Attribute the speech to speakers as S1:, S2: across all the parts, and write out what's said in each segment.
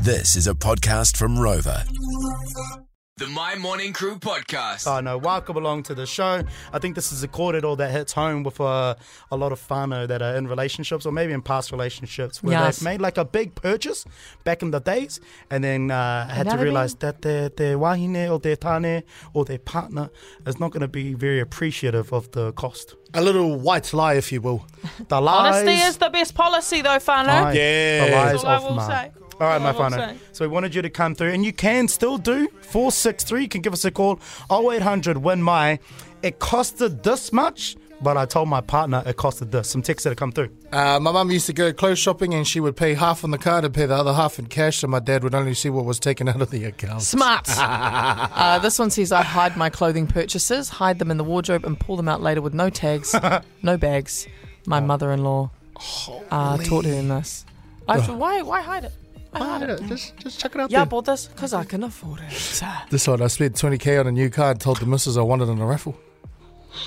S1: This is a podcast from Rover.
S2: The My Morning Crew podcast.
S3: I know. Welcome along to the show. I think this is a core that all that hits home with uh, a lot of whānau that are in relationships or maybe in past relationships where
S4: Yes.
S3: they've made like a big purchase back in the days and then uh, had to
S4: Another
S3: realize that their, their wahine or their tane or their partner is not going to be very appreciative of the cost.
S5: A little white lie, if you will.
S3: The lies.
S4: Honesty is the best policy, though, Fano.
S3: Fine.
S5: Yeah.
S3: The lies
S4: That's all I
S3: of
S4: will
S3: man.
S4: say.
S3: All right,
S4: All
S3: my
S4: I will
S3: whānau.
S4: say.
S3: So we wanted you to come through, and you can still do. 463, you can give us a call. 0800 win my. It costed this much, but I told my partner it costed this. Some texts that have come through.
S5: Uh, my mum used to go clothes shopping and she would pay half on the card and pay the other half in cash, and my dad would only see what was taken out of the account.
S4: Smart. uh, this one says, I hide my clothing purchases, hide them in the wardrobe, and pull them out later with no tags, no bags.
S6: Oh.
S4: My mother in law uh, taught her in this. I said, why, why hide it? Why hide it?
S5: Just, just chuck it out
S4: Yeah, I
S5: there.
S4: bought this because I can afford it.
S5: This one, I spent 20k on a new car and told the missus I wanted in a raffle.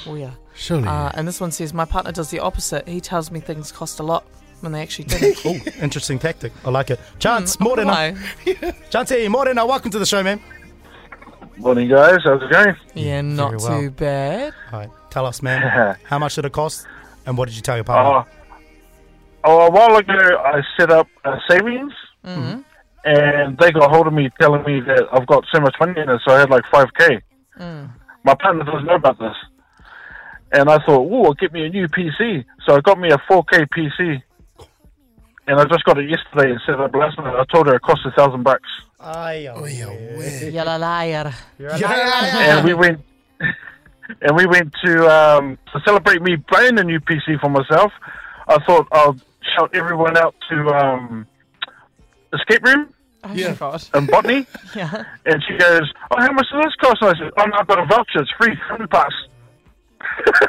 S4: Oh, yeah.
S5: Surely.
S4: Uh, and this one says, My partner does the opposite. He tells me things cost a lot when they actually didn't. Oh,
S3: Oh, interesting tactic. I like it.
S4: Mm,
S3: Chance, Morena.
S4: Why?
S3: Chance, Morena, welcome to the show, man.
S6: Morning, guys. How's it going?
S4: Yeah, not
S3: well.
S4: too bad.
S3: All right, tell us, man, how much did it cost, and what did you tell your partner?
S6: Uh, oh, a while ago, I set up uh, savings, and they got hold of me telling me that I've got so much money in it, so I had like 5K. My partner doesn't know about this. And I thought, ooh, I'll get me a new PC. So I got me a 4K PC, and I just got it yesterday and set up last night. I told her it cost a thousand bucks.
S3: Aye, oh,
S5: yeah,
S6: Eh.
S5: weird.
S4: You're a liar.
S6: and we went and we went to um, to celebrate me buying a new PC for myself. I thought I'll shout everyone out to um, escape room
S4: Oh,
S5: Yeah.
S4: my God.
S6: and botany,
S4: Yeah.
S6: and she goes, "Oh, how much does this cost?" And I said, "Oh, no, I've got a voucher. It's free fun pass."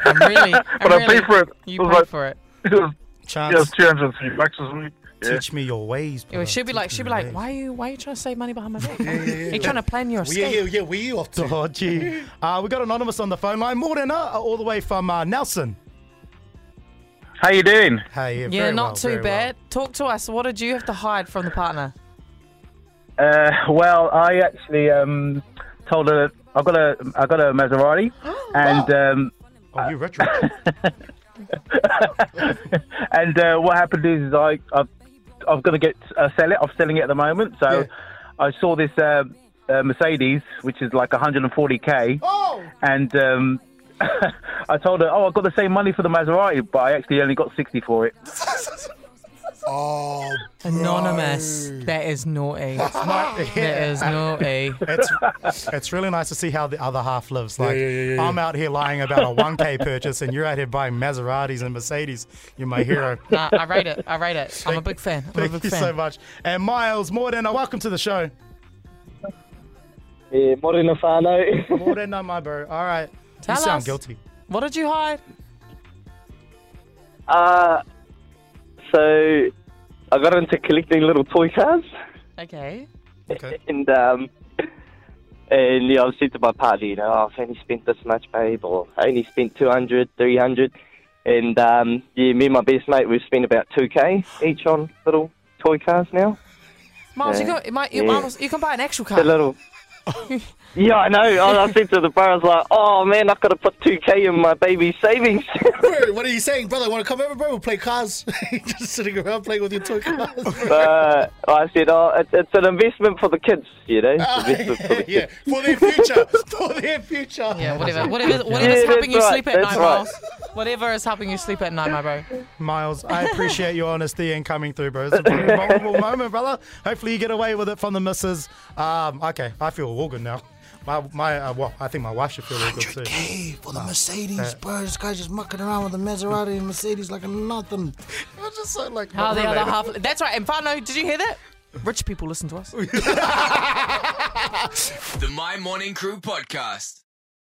S4: I'm really. I'm
S6: But I
S4: really,
S6: paid for it.
S4: You
S6: It was
S4: paid
S6: like-
S4: for it.
S6: It was,
S3: Chance,
S6: it was two hundred three bucks or something. Yeah.
S3: teach me your ways.
S4: Yeah,
S3: brother.
S4: well, she'd be like, she'd be like, why are you, why are you trying to save money behind my back? Are you trying to plan your escape?
S5: yeah, where you off
S3: Oh, gee. Uh, we got Anonymous on the phone line. Morena, uh, all the way from uh, Nelson.
S6: How you doing?
S3: Hey, yeah,
S4: Yeah,
S3: very
S4: not
S3: well,
S4: too
S3: very
S4: bad. Talk to us. What did you have to hide from the partner?
S7: Uh, well, I actually um, told her I got a I got a Maserati, and um,
S3: Well. Oh, you rich, rich.
S7: and uh, what happened is, is I I've, I've got to get uh, sell it. I'm selling it at the moment, so I saw this uh, uh, Mercedes, which is like 140k, and um, I told her, oh, I got the same money for the Maserati, but I actually only got 60 for it.
S5: Oh,
S4: Anonymous. That is naughty. Oh, That is naughty.
S3: It's, it's really nice to see how the other half lives. Like,
S5: yeah, yeah, yeah.
S3: I'm out here lying about a 1K purchase, and you're out here buying Maseratis and Mercedes. You're my hero.
S4: Nah, I rate it. I rate it. I'm a big fan. I'm a
S3: Thank
S4: big
S3: you
S4: fan.
S3: so much. And Miles Morena, welcome to the show.
S8: Yeah, Morena Fano.
S3: Morena, uh, my bro. All right.
S4: Tell
S3: you sound
S4: us.
S3: guilty.
S4: What did you hide?
S8: uh, so I got into collecting little toy cars,
S4: Okay.
S3: Okay.
S8: and um, and yeah, I've said to my partner, you know, "Oh, I've only spent this much, babe, or I only spent 200, 300. and um, yeah, me and my best mate, we've spent about two k each on little toy cars now.
S4: Miles, you
S8: Yeah.
S4: got, you might, you,
S8: Yeah.
S4: Miles, you can buy an actual
S8: The
S4: car.
S8: little. yeah, I know. I, I said to the bar, I was like, "Oh man, I've got to put two k in my baby's savings."
S5: Wait, what are you saying, brother? Want to come over, bro? We'll play cars. just sitting around playing with your toy cars.
S8: uh, I said, "Oh, it's, it's an investment for the kids, you know, investment for the kids."
S5: yeah, for their future. for their future.
S4: Yeah, whatever. Whatever, whatever's
S8: Yeah,
S4: helping you
S8: that's right,
S4: sleep at
S8: that's
S4: night,
S8: right.
S4: Miles. Whatever is helping you sleep at night, my bro.
S3: Miles, I appreciate your honesty and coming through, bro. It's a very vulnerable moment, brother. Hopefully, you get away with it from the missus. Um, okay, I feel all good now. My, my, uh, well, I think my wife should feel all good too.
S5: Hey, for the Mercedes, bro. This guy's just mucking around with the Maserati and Mercedes like nothing.
S3: It's just so like.
S4: How
S3: not
S4: the other
S3: related.
S4: half. That's right. And Fano, did you hear that? Rich people listen to us.
S2: The My Morning Crew podcast.